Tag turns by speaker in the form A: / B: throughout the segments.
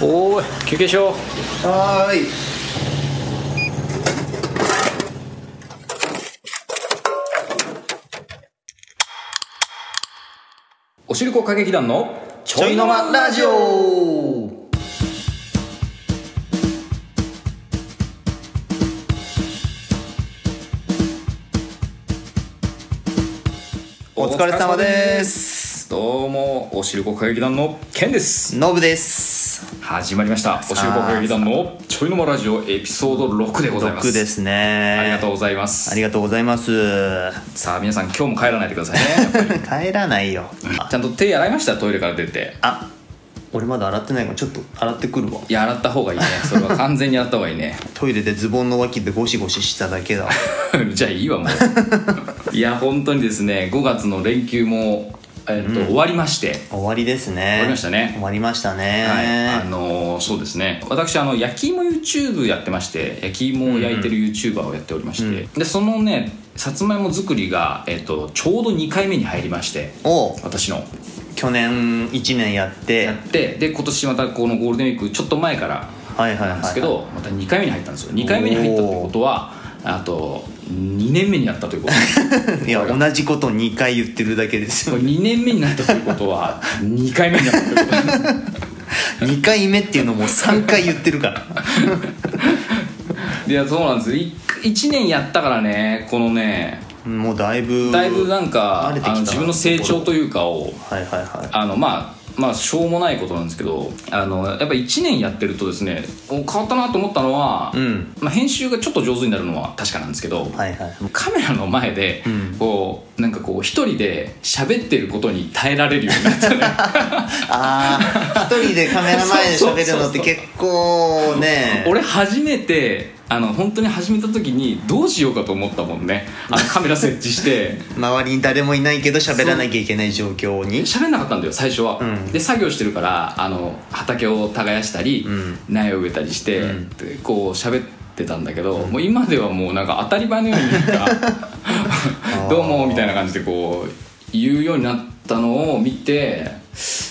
A: おお休憩しよう
B: はーい
A: おしるこ歌劇団のち
B: ちょいのまラジオお疲れ様です
A: どうもおしるこ歌劇団のケンです
B: ノブです
A: 始まりましたおしるこ歌劇団のちょいのまラジオエピソード6でございます
B: 6ですね
A: ありがとう
B: う
A: ございます
B: ありがとうございます
A: さあ皆さん今日も帰らないでくださいね
B: 帰らないよ
A: ちゃんと手洗いましたトイレから出て
B: あ俺まだ洗ってないからちょっと洗ってくるわ
A: いや洗った方がいいねそれは完全に洗った方がいいね
B: トイレでズボンの脇でゴシゴシしただけだわ
A: じゃあいいわも ういや本当にですね5月の連休も、えっと終わりまして
B: 終わりですね終
A: わりましたね
B: 終わりましたね、
A: はい、あのーそうですね私あの焼き芋 YouTube やってまして焼き芋を焼いてる YouTuber をやっておりまして、でそのねさつまいも作りが、えっとちょうど2回目に入りまして
B: おう
A: 私の
B: 去年1年やって
A: やってで今年またこのゴールデンウィークちょっと前から
B: はいはいはい、
A: な
B: は、
A: いんですけど、また2回目に入ったんですよ2回目に入ったってことはあと2年目になったということ
B: いや同じこと2回言ってるだけです
A: こ
B: よ
A: れ2年目になったということは2回目になったということ
B: 2回目っていうのも3回言ってるから
A: でいやそうなんです1年やったからねこのね
B: もうだいぶ
A: だいぶなんか
B: 慣れてき
A: あ
B: たな
A: の自分の成長というかを
B: はいはいは
A: あのまあまあしょうもないことなんですけどあのやっぱ1年やってるとですねお変わったなと思ったのは、
B: いうん
A: まあ、編集がちょっと上手になるのは確かなんですけど、
B: はいはい
A: カメラの前で
B: うん
A: こう、なんかこう一人で喋ってることに耐えられるようになったね
B: あ あ一人でカメラ前で喋るのって結構ね
A: 俺初めてあの本当に始めた時にどうしようかと思ったもんねあのカメラ設置 して。
B: 周りに誰もいないけど喋らなきゃいけない状況に
A: 喋んなかったんだよ最初は、
B: うん
A: で作業してるからあの畑を耕したり、
B: うん
A: 苗を植えたりして、
B: うん
A: でこう喋ってたんだけど、もう今ではもうなんか当たり前のようになん か
B: ー
A: どうもみたいな感じでこう言うようになったのを見て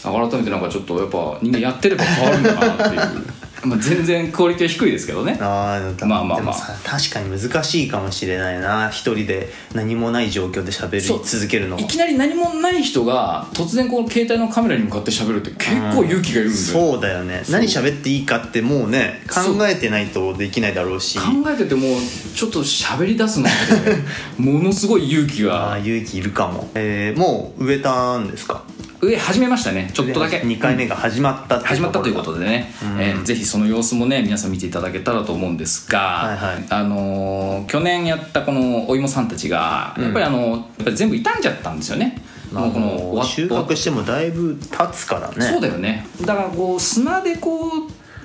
A: 改めてなんかちょっとやっぱ人間やってれば変わるんだなって いうまあ全然クオリティは低いですけどね
B: ああ
A: まあまあまあ
B: でもさ確かに難しいかもしれないな一人で何もない状況で喋り
A: そう
B: 続けるのはい
A: きなり何もない人が突然この携帯のカメラに向かって喋るって結構勇気がいるんだよ、
B: そうだよね
A: そう
B: 何喋っていいかってもうね
A: そう
B: 考えてないとできないだろうし
A: 考えててもちょっと喋り出すのってものすごい勇気
B: ああ
A: が
B: 勇気いるかも、えー、もう植えたんですか
A: 上始めましたねちょっとだけ
B: 2回目が始まったって
A: 始まったという
B: こ
A: ことでね、えーぜひその様子もね皆さん見ていただけたらと思うんですが、
B: いはい
A: あのー去年やったこのお芋さんたちがやっぱりあの、やっぱり全部傷んじゃったんですよね、
B: ま
A: も
B: あ
A: うこの
B: もう収
A: 終わっ
B: 穫してもだいぶ経つからね
A: そうだよねだからこう砂でこ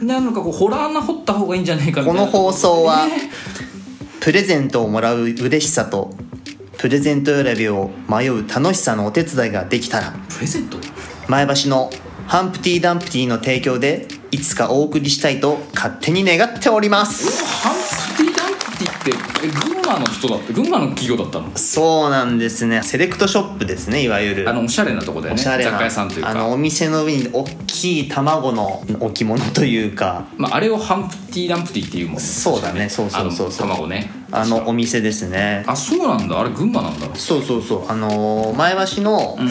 A: うなんかこうホラー穴掘った方がいいんじゃないかみた
B: こ
A: いな
B: の放送は
A: ね
B: プレゼントをもらう嬉しさとプレゼント選びを迷う楽しさのお手伝いができたら
A: プレゼント
B: 前橋のハンプティ・ダンプティの提供でいつかお送りしたいと勝手に願っております
A: ハンプティ・ダンプティってえ群馬の人だって群馬の企業だったの
B: そうなんですねセレクトショップですねいわゆる
A: あのおしゃれなとこだよ
B: お
A: ね
B: しゃれ
A: 雑貨
B: な
A: 屋さんというか
B: あのお店の上に大きい卵の置物というか
A: まあ、あれをハンプティランプティっていうもん
B: そうだねそうそうそうそう
A: あの卵ね
B: あのお店ですね
A: あそうなんだあれ群馬なんだ
B: そうそうそうあのー前橋の
A: うんうん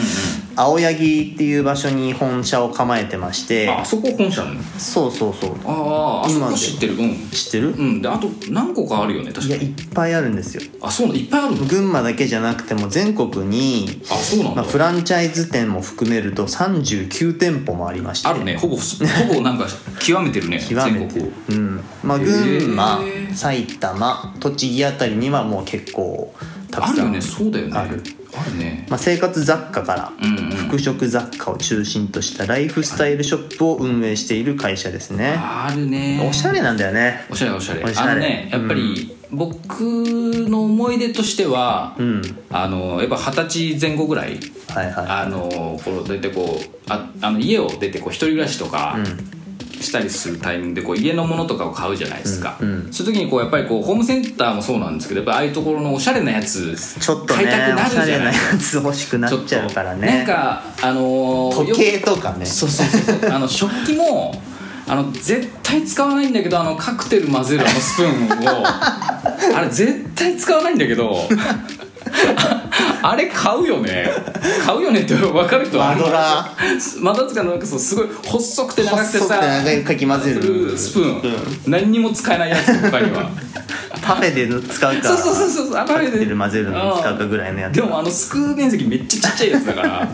B: 青柳っていう場所に本社を構えてまして
A: ああそこ本社なの
B: そうそうそう
A: あああそ
B: 今
A: こ
B: で
A: 知ってるうん
B: 知ってる
A: うんであと何個かあるよね確
B: い
A: か
B: やいっぱいあるんですよ
A: あそうなんだいっぱいあるの
B: 群馬だけじゃなくても全国に
A: あそうなんだ、
B: まあ、フランチャイズ店も含めると39店舗もありまして
A: あるねほぼほぼなんか極めてるね
B: 極めて
A: 全国を
B: うんまあ、群馬
A: へー
B: 埼玉栃木あたりにはもう結構た
A: あ
B: く
A: る
B: さ
A: よ
B: ん
A: ねそうだよね
B: ある
A: あるね
B: まあ、生活雑貨から
A: うんうん
B: 服飾雑貨を中心としたライフスタイルショップを運営している会社ですね
A: あるね
B: おしゃれなんだよね
A: おしゃれおしゃれ
B: おしゃれ
A: あのねやっぱり僕の思い出としては、
B: うん
A: あのやっぱ二十歳前後ぐらい
B: はいは
A: あのこう大体こうああの家を出てこう一人暮らしとか
B: いうん
A: したりするタイミングでこう家のものとかを買うじゃないですか、
B: うんうん
A: そういう時にこうやっぱりこうホームセンターもそうなんですけどやっぱああいうところのおしゃれなやつ
B: ちょっと
A: 買いた
B: ね
A: くな
B: お
A: る
B: し
A: じゃ
B: ゃ
A: ない
B: れなやつ欲しくなっちゃうから
A: なん
B: ね
A: かあのー
B: 時計とかね
A: そうそうそうそうあの食器もあの絶対使わないんだけどあのカクテル混ぜるあのスプーンをあれ絶対使わないんだけどああれ買うよね買うよねって分かる人
B: マドラ
A: ーマドラーっていうかなんかそうすごい細くて長くて
B: 細くて
A: さ
B: 長いかき混ぜる
A: スプーン何にも使えないやつ他に は
B: パフェで使うか
A: そうそうそうそうあパフェで
B: カクテル混ぜるのに使うかぐらいのやつ
A: でもあのすくう面積めっちゃちっちゃいやつだから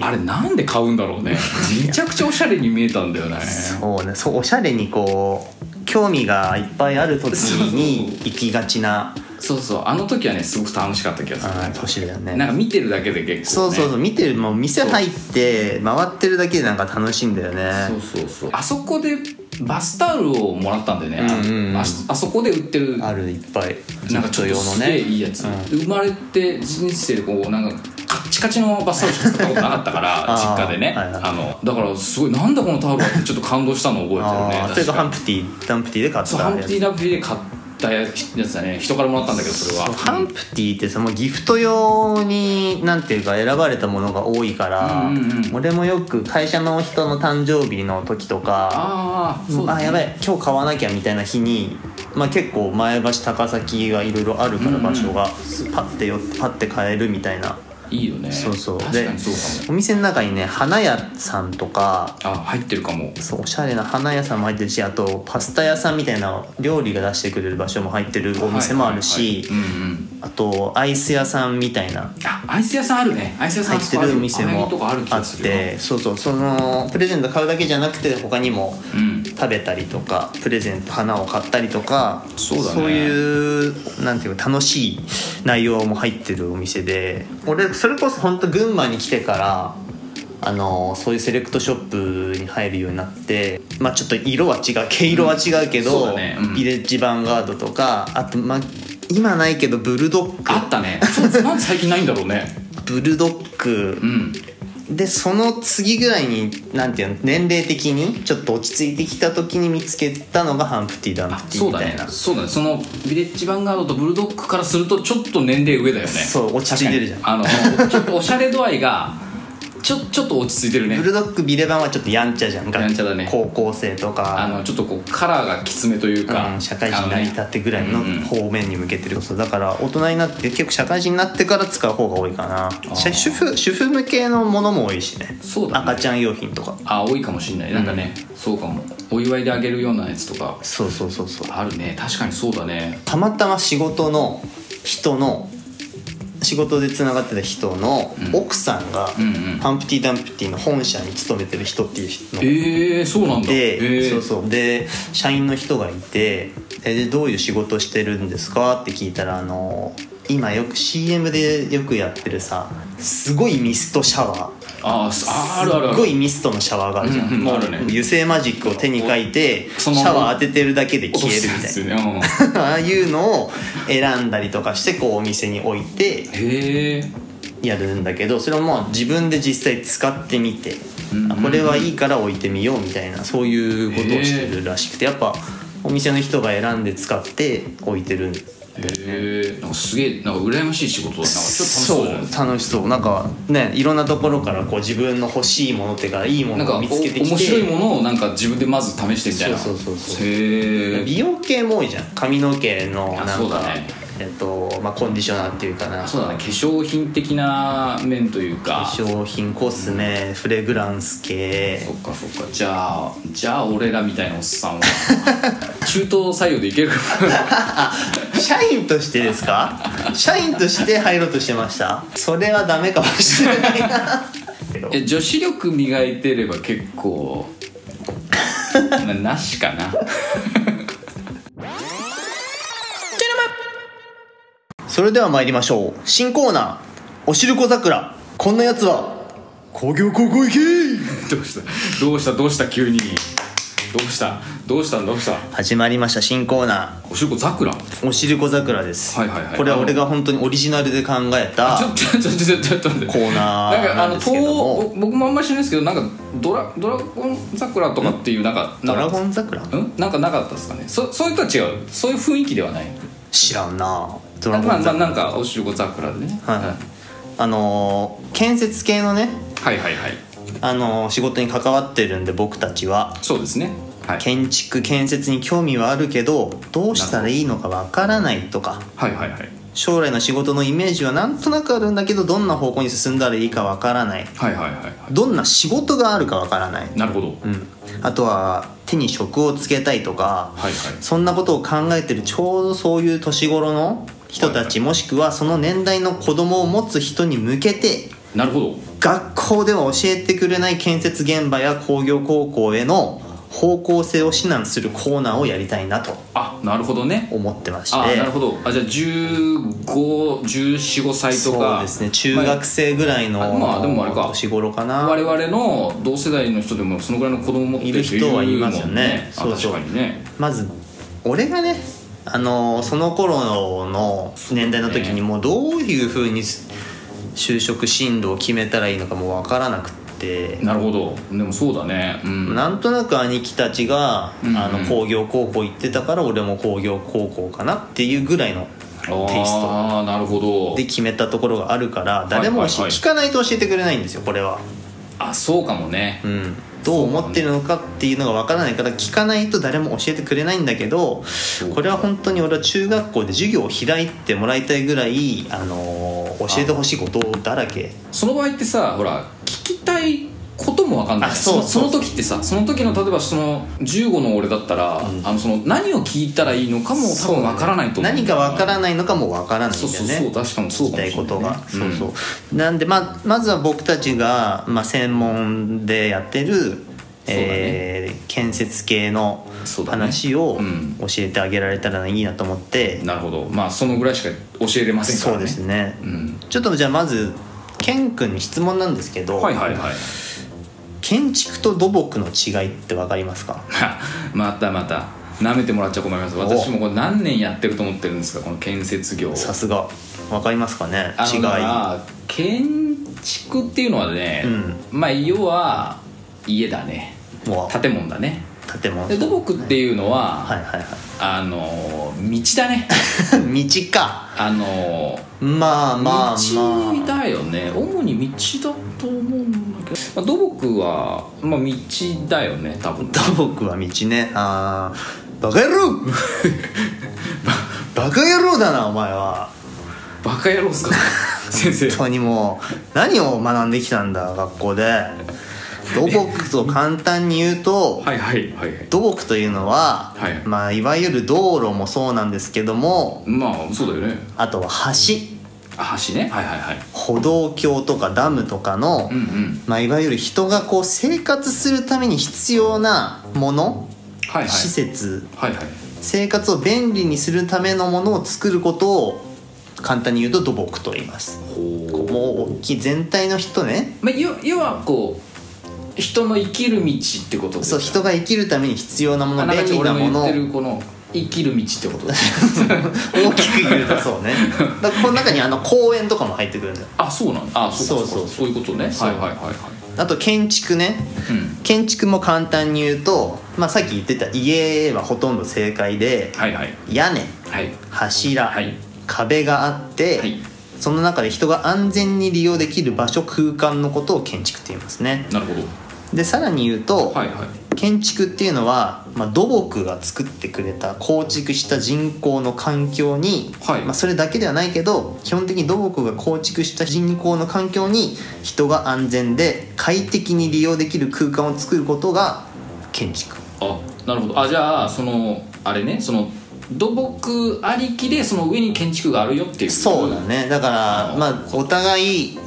A: あれなんで買うんだろうねめちゃくちゃおしゃれに見えたんだよね
B: そうねそうおしゃれにこう興味がいっぱいある時に行きがちな
A: そうそうあの時はねすごく楽しかった気がする、
B: あー年だよね
A: なんか見てるだけで結構、
B: そ
A: ね、
B: うそうそう見てるもう店入って回ってるだけでなんか楽しいんだよ
A: そう
B: ね
A: そうそうあそこでバスタオルをもらったんだよね、
B: うんうんうん
A: ああそこで売ってる
B: あるいっぱい
A: なんかちょっとすげえいいやつ、
B: う
A: 生まれて人生でこうなんかカッチカチのバスタオルしか使ったことなかったから
B: あー
A: 実家でね、
B: はいはい
A: あのだからすごいなんだこのタオルはってちょっと感動したのを覚えてる
B: あ
A: ね
B: あそれ
A: 確
B: が
A: か
B: ハンプティダンプティで買っ
A: そうハン
B: た
A: プ
B: や
A: テ
B: つ
A: ィ・ダンプティで買ったやつだね人からもらったんだけどそれは
B: ハンプティってそのギフト用になんていうか選ばれたものが多いから、
A: うんうんうん
B: 俺もよく会社の人の誕生日の時とか
A: ああそうだ、
B: あ
A: ね、
B: やばい今日買わなきゃみたいな日に、まあ、結構前橋高崎がいろいろあるか
A: うんう
B: ら
A: ん
B: 場所が、パッて寄ってパッて買えるみたいない
A: いよね
B: そうそう
A: 確
B: で
A: かにそうかも
B: お店の中にね花屋さんとか
A: あ入ってるかも
B: そうおしゃれな花屋さんも入ってるしあとパスタ屋さんみたいな料理が出してくれる場所も入ってるお店もあるし、
A: はいはいはいうんうん
B: あとアイス屋さんみたいな
A: あアイス屋さんあるねアイス屋さん
B: 入ってるお店も
A: とかある気
B: あ
A: が
B: っ
A: するよ
B: てそうそうそのプレゼント買うだけじゃなくて他にも
A: うん
B: 食べたりとかプレゼント花を買ったりとか
A: そうだね
B: いうなんていうか楽しい内容も入ってるお店で俺それこそ本当群馬に来てからあのそういうセレクトショップに入るようになって、まあ、ちょっと色は違う毛色は違うけ
A: うんそう
B: ど、
A: だねうん
B: ビレッジヴァンガードとかあと、まあ、今ないけどブルドッグ
A: あったねそうですなんで最近ないんだろうね
B: ブルドッグ
A: うん
B: でその次ぐらいになんていうの年齢的にちょっと落ち着いてきた時に見つけたのがハンプティ・ダン
A: あ
B: プテ
A: そう
B: ィみ
A: だ
B: たい
A: ね
B: な
A: そうだねそのビレッジヴァンガードとブルドッグからするとちょっと年齢上だよね
B: そう落ち着いてるじゃん
A: 確かにあのちょっとおしゃれ度合いがちょちょっと落ち着いてるね
B: ブルドッグビレバンはちょっとやんちゃじゃん
A: やんちゃだね
B: 高校生と
A: あ
B: か、
A: のちょっとこうカラーがきつめというか、
B: うん社会人になりたってぐらいの
A: あのねうんうん
B: 方面に向けてるそうだから大人になって結構社会人になってから使う方が多いかな
A: ー
B: 主婦主婦向けのものも多いしね
A: そうだね
B: 赤ちゃん用品とか
A: あ多いかもしれないなんかね、そうかもお祝いであげるようなやつとか
B: そうそうそうそう
A: あるね確かにそうだね
B: たまたま仕事の人の仕事でつながってた人の
A: うん
B: 奥さんが、
A: うんうん
B: ハンプティ・ダンプティの本社に勤めてる人っていう人の
A: ええそうなんだ
B: で、
A: ええ
B: そうそうで社員の人がいてえでどういう仕事してるんですかって聞いたらあの今よく CM でよくやってるさすごいミストシャワー
A: あーああるあるある
B: すっごいミストのシャワーがあるじゃん、
A: うんうんあるね
B: 油性マジックを手に書いてシ
A: その
B: ャワー当ててるだけで消えるみたいな
A: 落とすやつねうん
B: ああいうのを選んだりとかしてこうお店に置いて
A: へえ
B: やるんだけどそれをもう自分で実際使ってみて、
A: うん
B: あこれはいいから置いてみようみたいなそういうことをしてるらしくてやっぱお店の人が選んで使って置いてるんだよね
A: へえなんかすげえなんか羨ましい仕事だなんかちょっと楽し
B: そ
A: そう
B: う
A: じゃない
B: 楽しそうなんかねいろんなところからこう自分の欲しいものっていうかいいも
A: なん
B: の
A: か
B: を
A: お
B: 見つけてきて
A: 面白いものをなんか自分でまず試してみたいな
B: そうそうそうそう
A: へえ
B: 美容系も多いじゃん髪の毛のなん
A: あ
B: か
A: そうだね
B: えっとまあ、コンディショナーっていうかな
A: そうだね化粧品的な面というか
B: 化粧品コスメ、フレグランス系
A: そっかそっかじゃあじゃあ俺らみたいなおっさんは 中東採用でいける か
B: 社員としてですか社員として入ろうとしてましたそれはダメかもしれな いな
A: なえ女子力磨いてれば結構ななしか な
B: それでは参りましょう新コーナー「おしるこ桜こんなやつは工業高校行け!
A: どうしたどうしたどうした急にどうしたどうしたどうした」
B: 始まりました新コーナ
A: おしるこざくら
B: ー「おしるこ桜」です、
A: はいはいはい
B: これは俺が本当にオリジナルで考えた
A: ちょちょちょちょちょちょちょ
B: コー
A: な
B: ナ
A: ん
B: ー
A: かあ
B: なん
A: の
B: ですけど
A: 東
B: も
A: 僕僕もあんまり知らないですけどなんかドラドラゴン桜とかっていうなんか
B: ドラ
A: なんか
B: ゴン桜
A: うんなんかなかったですかねそそういうとは違うそういう雰囲気ではない
B: 知らんなド
A: まあ
B: ラゴン桜
A: まあなんかおしるこ桜でね
B: はいはい、あのー建設系のね、
A: はいはいはい
B: あのー仕事に関わってるんで僕たちは
A: そうですねはい
B: 建築建設に興味はあるけどどうしたらいいのかわからないとか
A: はいはいはい
B: 将来の仕事のイメージはなんとなくあるんだけどどんな方向に進んだらいいかわからない
A: はいはいはいは
B: どんな仕事があるかわからない、
A: いなるほど
B: うん、あとは手に職をつけたいとか
A: はいはい
B: そんなことを考えてるちょうどそういう年頃の人たちもしくはその年代の子供を持つ人に向けて
A: なるほど
B: 学校では教えてくれない建設現場や工業高校への方向性を指南するコーナーをやりたいなと
A: あなるほどね
B: 思ってまして
A: あなるほどあじゃあ151415歳と
B: そう
A: か
B: ですね中学生ぐらいの
A: あまあでもあれか
B: 年頃かな
A: 我々の同世代の人でもそのぐらいの子供持って
B: いる人はいますよね
A: あ
B: そうそう
A: 確かにね
B: まず俺がねあのその頃の年代の時にもうどういうふうに就職進路を決めたらいいのかも分からなくって
A: なるほどでもそうだねうん
B: なんとなく兄貴たちが、
A: うんうん
B: あの工業高校行ってたから俺も工業高校かなっていうぐらいのテイスト
A: ああなるほど
B: で決めたところがあるから誰もし
A: はいはいはい
B: 聞かないと教えてくれないんですよこれは、
A: あそうかもね
B: うん、どう思ってるのかっていうのが分からないから聞かないと誰も教えてくれないんだけど
A: う
B: これは本当に俺は中学校で授業を開いてもらいたいぐらい、あのー教えてほしいことだらけ
A: その場合ってさほら聞きたいことも分かんない
B: あそう
A: そのその時ってさその時の例えばその15の俺だったら、
B: うん
A: あのその何を聞いたらいいのかも多分分からないと思う
B: 何か分からないのかも分からないん
A: そ
B: だ
A: う
B: よね
A: そうそう確かにそ
B: 聞
A: う
B: き
A: かもしたれないい
B: ことが、
A: ねん
B: そうそうなんでままずは僕たちが、まあ、専門でやってる、
A: だね
B: えー建設系の
A: そうだね
B: 話を
A: うん
B: 教えてあげられたらいいなと思って、
A: なるほどまあそのぐらいしか教えれませんか
B: そ
A: ら
B: う
A: ね
B: ですね、
A: うん、
B: ちょっとじゃあまずケン君に質問なんですけど、
A: はいはいはい
B: 建築と土木の違いって分かりますか
A: またまた舐めてもらっちゃ困ります私もこれ何年やってると思ってるんですかこの建設業を
B: さすが分かりますかね
A: あの
B: 違い
A: だから建築っていうのはね、
B: う
A: まあ要は家だね
B: もう
A: 建物だね
B: 建物
A: で土木っていうのは、
B: はいはい
A: あの道だね
B: はい 道か
A: あの
B: まあまあま
A: 道
B: あ
A: だよね主に道だと思うんだけど、まあ、土木は、まあ、道だよね多分
B: 土木は道ねあーバカ野郎 バカ野郎だなお前は
A: バカ野郎っ すか先生
B: 本当にもう何を学んできたんだ学校で土木と簡単に言うと
A: はいはいはいはい
B: 土木というのは、
A: はい
B: まあ、いわゆる道路もそうなんですけども
A: まあそうだよね
B: あとは橋
A: あ橋ねはいはいはい
B: 歩道橋とかダムとかの、
A: うんうん
B: まあ、いわゆる人がこう生活するために必要なもの、
A: はいはい
B: 施設
A: はいはい
B: 生活を便利にするためのものを作ることを簡単に言うと土木と言います
A: ほう
B: もう大きい全体の人ね
A: まあ、要要はこう人の生きる道ってことです
B: そう人が生きるために必要なも
A: あ
B: の
A: な
B: 便
A: んか
B: 利
A: 俺
B: な
A: の言
B: もの
A: ってるこの生きる道ってことです
B: 大きく言うとそう ねだからこの中にあの公園とかも入ってくるんだよ
A: あそうなんだあそうか
B: そう
A: そう
B: そう
A: かそういうことね
B: そう
A: はいはいはいはい
B: あと建築ね
A: うん
B: 建築も簡単に言うと、まあ、さっき言ってた家はほとんど正解で
A: はいはい
B: 屋根
A: はい
B: 柱、
A: はい
B: 壁があって、
A: はい
B: その中で人が安全に利用できる場所空間のことを建築って言いますね
A: なるほど
B: でさらに言うと、
A: はいはい
B: 建築っていうのは、まあ、土木が作ってくれた構築した人工の環境に、
A: はい
B: まあ、それだけではないけど基本的に土木が構築した人工の環境に人が安全で快適に利用できる空間を作ることが建築
A: あなるほどあじゃあそのあれねその土木ありきでその上に建築があるよっていう
B: そうだねだからまあお互い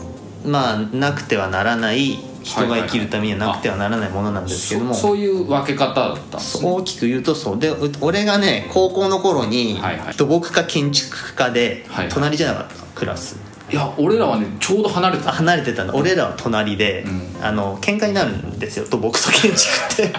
B: まあなくてはならない人が生きるためにはなくてはならないものなんですけども、
A: そそういう分け方だったんですね
B: 大きく言うとそうでう俺がね高校の頃に
A: はいはい
B: 土木科建築科で
A: はい
B: 隣じゃなかったクラス
A: いや俺らはねちょうど離れ
B: あ
A: た
B: 離れてたんだ俺らは隣で、
A: う
B: あの喧嘩になるんですよ土木と建築 って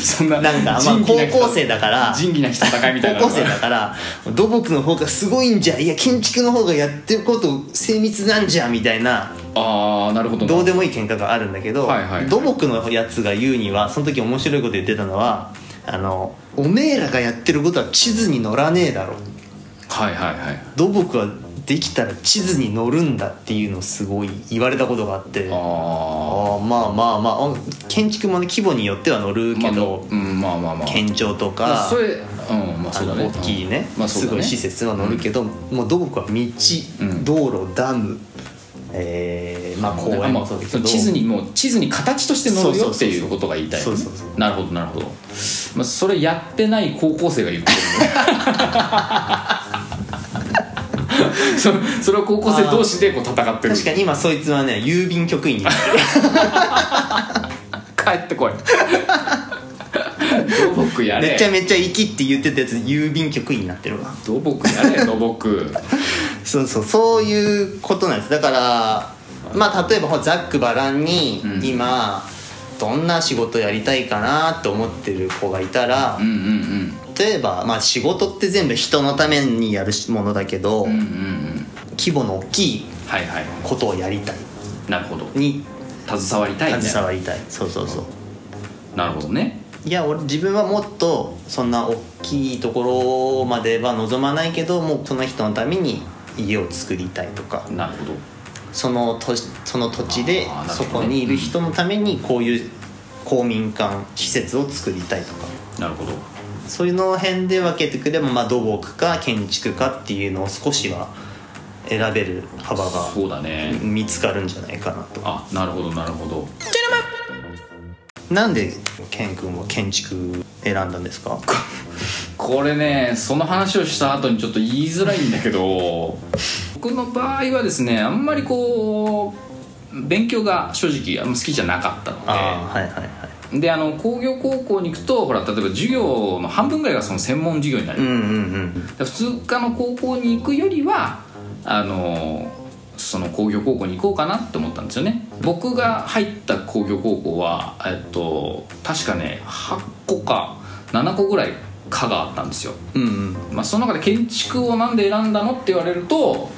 A: そんな
B: なんか、まあ、
A: 仁義なき
B: 高校生だから
A: 仁義なき戦いみたいな
B: 高校生だから土木の方がすごいんじゃいや建築の方がやってること精密なんじゃみたいな
A: ああなるほど
B: どうで
A: も
B: もいい喧嘩があるんだけど、
A: はいはい
B: 土木のやつが言うにはその時面白いこと言ってたのはあのおめえらがやってることは地図に乗らねえだろ
A: はいはいはい
B: 土木はできたら地図に乗るんだっていうのをすごい言われたことがあってあ
A: あ
B: あまあまあまああ建築もね規模によっては乗る
A: あま
B: け
A: あ
B: ど、
A: うんまあまあまあ
B: 県庁とか、
A: まあそれうんまあ
B: あ
A: そうだ
B: の
A: ね
B: 大きいね,、
A: まあそう
B: す
A: だ
B: ご
A: ね
B: い施設は乗るけど、もうどこか
A: うん
B: 道、道路ダム、えーまあ、公園もそうだけど、
A: 地図にもう地図に形として載るよっていうことが言いたい
B: そうそうそう
A: なるほどなるほど、まあ、それやってない高校生が言ってる そそれは高校生同士でこう戦ってる
B: 確かに今そいつはね郵便局員 に
A: 帰ってこい土木や
B: めちゃ
A: れ
B: めちゃ行きって言ってたやつ郵便局員になってるわ
A: 土木やれ土木
B: そうそうそういうことなんですだからまあ例えばほらざっくばらんに
A: うん
B: 今、どんな仕事やりたいかなって思ってる子がいたら、
A: うんうん
B: 例えば、まあ、仕事って全部人のためにやるものだけど、
A: うんうんうんうん
B: 規模の大きい
A: はいはい
B: ことをやりたい
A: なるほど
B: に
A: 携わりたいね
B: 携わりたい、そうそうそう
A: なるほどね
B: いや俺自分はもっとそんな大きいところまでは望まないけどもうその人のために家を作りたいとか
A: なるほど
B: そのとその土地で
A: あーなるほ
B: そ
A: どね
B: こにいる人のためにこういう公民館施設を作りたいとか
A: なるほど
B: そういうの辺で分けてくれば、まあ、土木か建築かっていうのを少しは選べる幅が
A: そうだね
B: 見つかるんじゃないかなと
A: あなるほどなるほど
B: なんでケン君は建築選んだんですか
A: これねその話をした後にちょっと言いづらいんだけど 僕の場合はですねあんまりこう勉強が正直あんま好きじゃなかったので
B: ああはいはいはい
A: であの工業高校に行くとほら例えば授業の半分ぐらいがその専門授業になる、
B: うん
A: だか
B: うんうん
A: ら普通科の高校に行くよりはあのその工業高校に行こうかなって思ったんですよね僕が入った工業高校は、えっと、確かね8個か7個ぐらい科があったんですよ
B: うんうん
A: まあ、その中で建築をなんで選んだのって言われると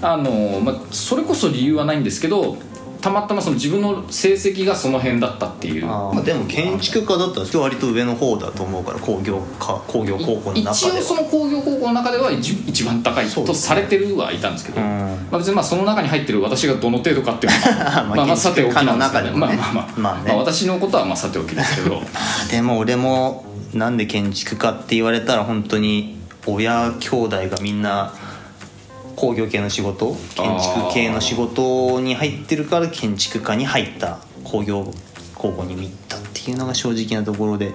A: あの、まあ、それこそ理由はないんですけどたまたまその自分の成績がその辺だったっていう
B: あーまあでも建築家だったら割と上の方だと思うから工業科工業高校の
A: 一
B: 中で
A: 応 そ
B: は
A: の工業高校の中では一一番高いとされてるはいたんですけど、
B: うん
A: まあ、別にまあその中に入ってる私がどの程度かっていうのはまあまあさておきなんですけど、
B: ま
A: まあ
B: あ建築家の中でもね
A: まあまあ、
B: まあね
A: まあ私のことはまあさておきですけど
B: あーでも俺もなんで建築家って言われたら本当に親兄弟がみんな工業系の仕事建築系の仕事に入ってるから建築家に入った工業高校に行ったっていうのが正直なところで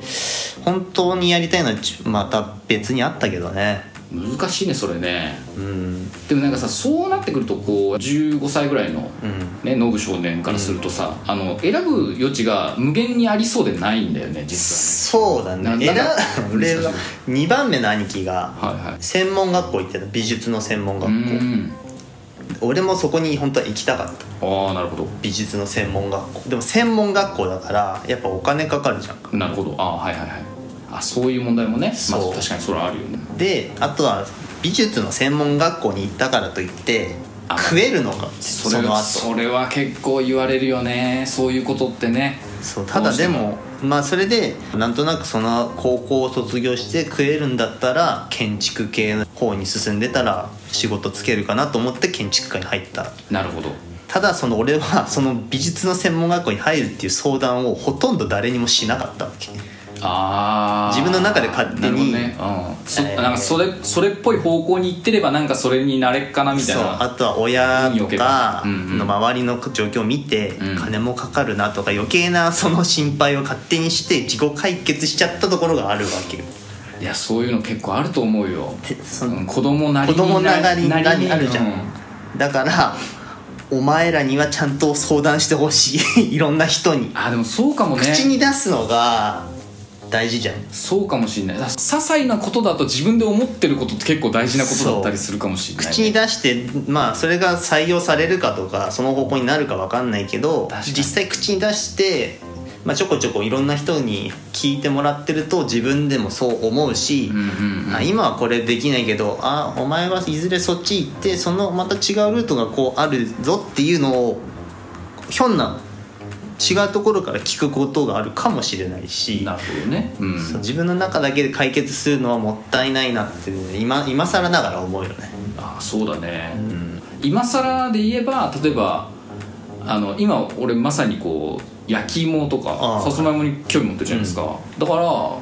B: 本当にやりたいのはちまた別にあったけどね
A: 難しいねそれね
B: うん
A: でもなんかさそうなってくるとこう15歳ぐらいの
B: うん
A: ね、ノブ少年からするとさ、あの選ぶ余地が無限にありそうでないんだよね実
B: そうだ
A: な
B: ね
A: ん
B: 選
A: だ か
B: 俺は2番目の兄貴が
A: はねはいはい
B: 専門学校行ってた美術の専門
A: う
B: 学校
A: ん
B: 俺もそこに本当は行きたかった
A: ああなるほ
B: 美術の専門学校でも専門学校だからやっぱお金かかるじゃん
A: どなるほどああーはいはいはいあそういう問題もね、まあ、
B: そう
A: 確かにそれはあるよね
B: であとは美術の専門学校に行ったからといって
A: あ
B: 食えるのか
A: そ
B: そ
A: れ
B: の
A: は
B: 後
A: それは結構言われるよねそういうことってね
B: そうただでもまあそれでなんとなくその高校を卒業して食えるんだったら建築系の方に進んでたら仕事つけるかなと思って建築家に入った
A: なるほど
B: ただその俺はその美術の専門学校に入るっていう相談をほとんど誰にもしなかったわけ
A: ああ
B: 自分の中で勝手に
A: なるほどね、うんそ
B: えー
A: なんかそれそれっぽい方向に行ってればなんかそれになれっかなみたい
B: そう
A: な
B: あとは親とか
A: うんうん
B: の周りの状況を見て
A: うん
B: 金もかかるなとか余計なその心配を勝手にして自己解決しちゃったところがあるわけよ
A: いやそういうの結構あると思うよ
B: でそ
A: うん
B: の
A: 子供なり
B: 子
A: にな
B: 供ながりに
A: なりに
B: あるじゃん
A: うん
B: だからお前らにはちゃんと相談してほしい いろんな人に
A: あでもそうかもね
B: 口に出すのが大事じゃん
A: そうかもしれないだ些細なことだと自分で思ってることって結構大事なことだったりするかもしれないね、
B: 口に出してまあそれが採用されるかとかその方向になるか分かんないけど
A: 確かに
B: 実際口に出して、まあ、ちょこちょこいろんな人に聞いてもらってると自分でもそう思うし、
A: うんうんうん
B: あ今はこれできないけどあお前はいずれそっち行ってそのまた違うルートがこうあるぞっていうのをひょんな違うところから聞くことがあるかもしれないし
A: なるほどね、うん、
B: そう自分の中だけで解決するのはもったいないなっていうのは今今更ながら思うよね
A: あそうだね、
B: ん
A: 今更で言えば例えばあの今俺まさにこう焼き芋とか
B: ああ
A: さつまいもに興味持ってるじゃないですか、だから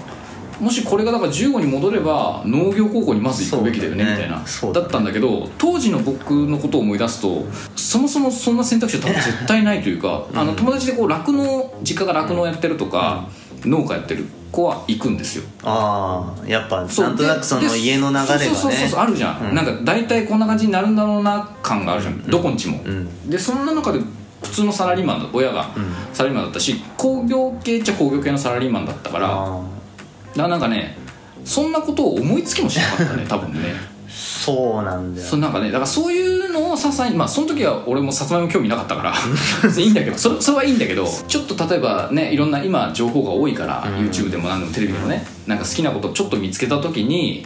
A: もしこれがだから15に戻れば農業高校にまず行くべきだよね
B: そうだね
A: みたいな
B: そうだ
A: だ
B: ね
A: ったんだけど当時の僕のことを思い出すとそもそもそんな選択肢は 多分絶対ないというか、あの友達でこう酪農実家が酪農やってるとか、農家やってる子は行くんですよ
B: ああやっぱなん
A: そう
B: となくその
A: で
B: 家の流れがね
A: そうそうそうそうあるじゃん、
B: うん
A: なんか大体こんな感じになるんだろうな感があるじゃん、どこんちも、
B: うん
A: でそんな中で普通のサラリーマンだ親が
B: うん
A: サラリーマンだったし工業系っちゃ工業系のサラリーマンだったからだか
B: あ
A: らなんかねそんなことを思いつきもしなかったね多分ね
B: ーそうなんだよ
A: そうなんかねだからそういうのを些細にまあその時は俺もさつまいも興味なかったから 別にいいんだけどそれそれはいいんだけどちょっと例えばねいろんな今情報が多いから、
B: ん
A: YouTube でも何でもテレビでもねなんか好きなことをちょっと見つけた時に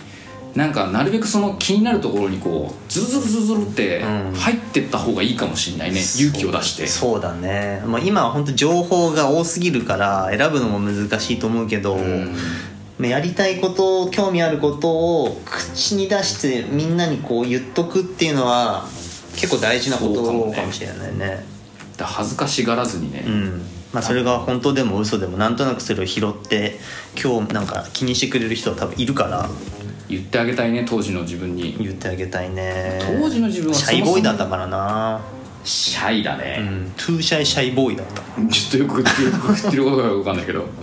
A: なんかなるべくその気になるところにこうズルズルズルズルって
B: うん
A: 入ってった方がいいかもしれないね、勇気を出して
B: そうそうだね、まあ、今は本当情報が多すぎるから選ぶのも難しいと思うけど、
A: ん
B: まあやりたいこと興味あることを口に出してみんなにこう言っとくっていうのは結構大事なこと
A: そうかもね
B: かもしれないね
A: だから恥ずかしがらずにね、
B: うんまあ、それが本当でも嘘でもなんとなくそれを拾って今日なんか気にしてくれる人は多分いるから
A: 言ってあげたいね当時の自分に
B: 言ってあげたいね
A: 当時の自分は
B: シ
A: そもそも
B: ャイボーイだったからな
A: シャイだ
B: う
A: ね、
B: んトゥーシャイシャイボーイだった
A: ちょっとよくよく言ってることが分かんないけど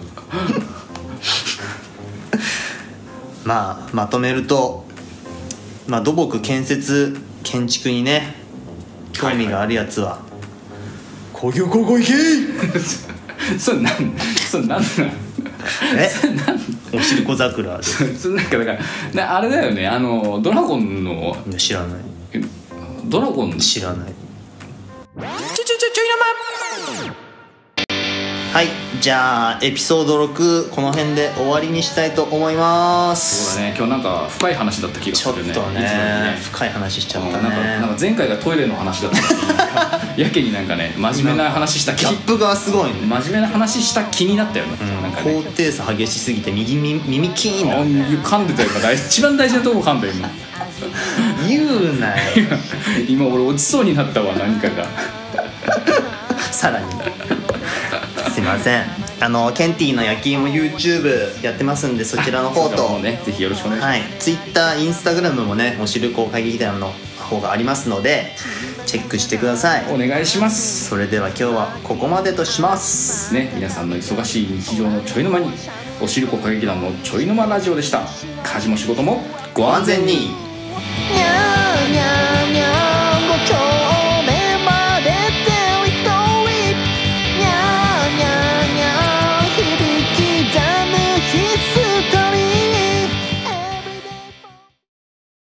B: まあまとめると、まあ、土木建設建築にね興味があるやつは工業高校行け
A: それなんそれなん
B: えおしるこ桜で
A: それなんかだからなあれだよねあのドラゴンの
B: いや知らない
A: えドラゴン
B: 知らな
A: ち
B: い
A: ょちょちょちょい
B: はいじゃあエピソード6この辺で終わりにしたいと思います
A: そうだね今日なんか深い話だった気が
B: ち
A: す
B: ょっ
A: る
B: と
A: ね
B: ね
A: いつもよりね
B: 深い話しちゃ
A: う
B: っ
A: ん
B: た
A: なん
B: ね
A: かなんか前回がトイレの話だったのに やけになんかね真面目な話した気
B: ギャップがすごいね、
A: 真面目な話した気になったよね、
B: うん
A: なんかね
B: 高低差激しすぎて右耳耳キーン
A: あ
B: だ
A: 噛んでたよ今一番大事なとこ噛んだよ今
B: 言うなよ
A: 今俺落ちそうになったわ何かが
B: さらにすいませんあのケンティーの焼き芋 YouTube やってますんでそちらの方
A: そちら
B: と
A: もねぜひよろしくお願いします、
B: はい、Twitter、Instagram もね、おしるこ会議団の方がありますので、チェックしてください。
A: お願いします
B: それでは今日はここまでとします。
A: ね皆さんの忙しい日常のちょいの間におしるこ歌劇団のちょいの間ラジオでした家事も仕事もご
B: ご
A: 安
B: 安
A: 全
B: 全
A: に
B: に。
C: 喵喵喵。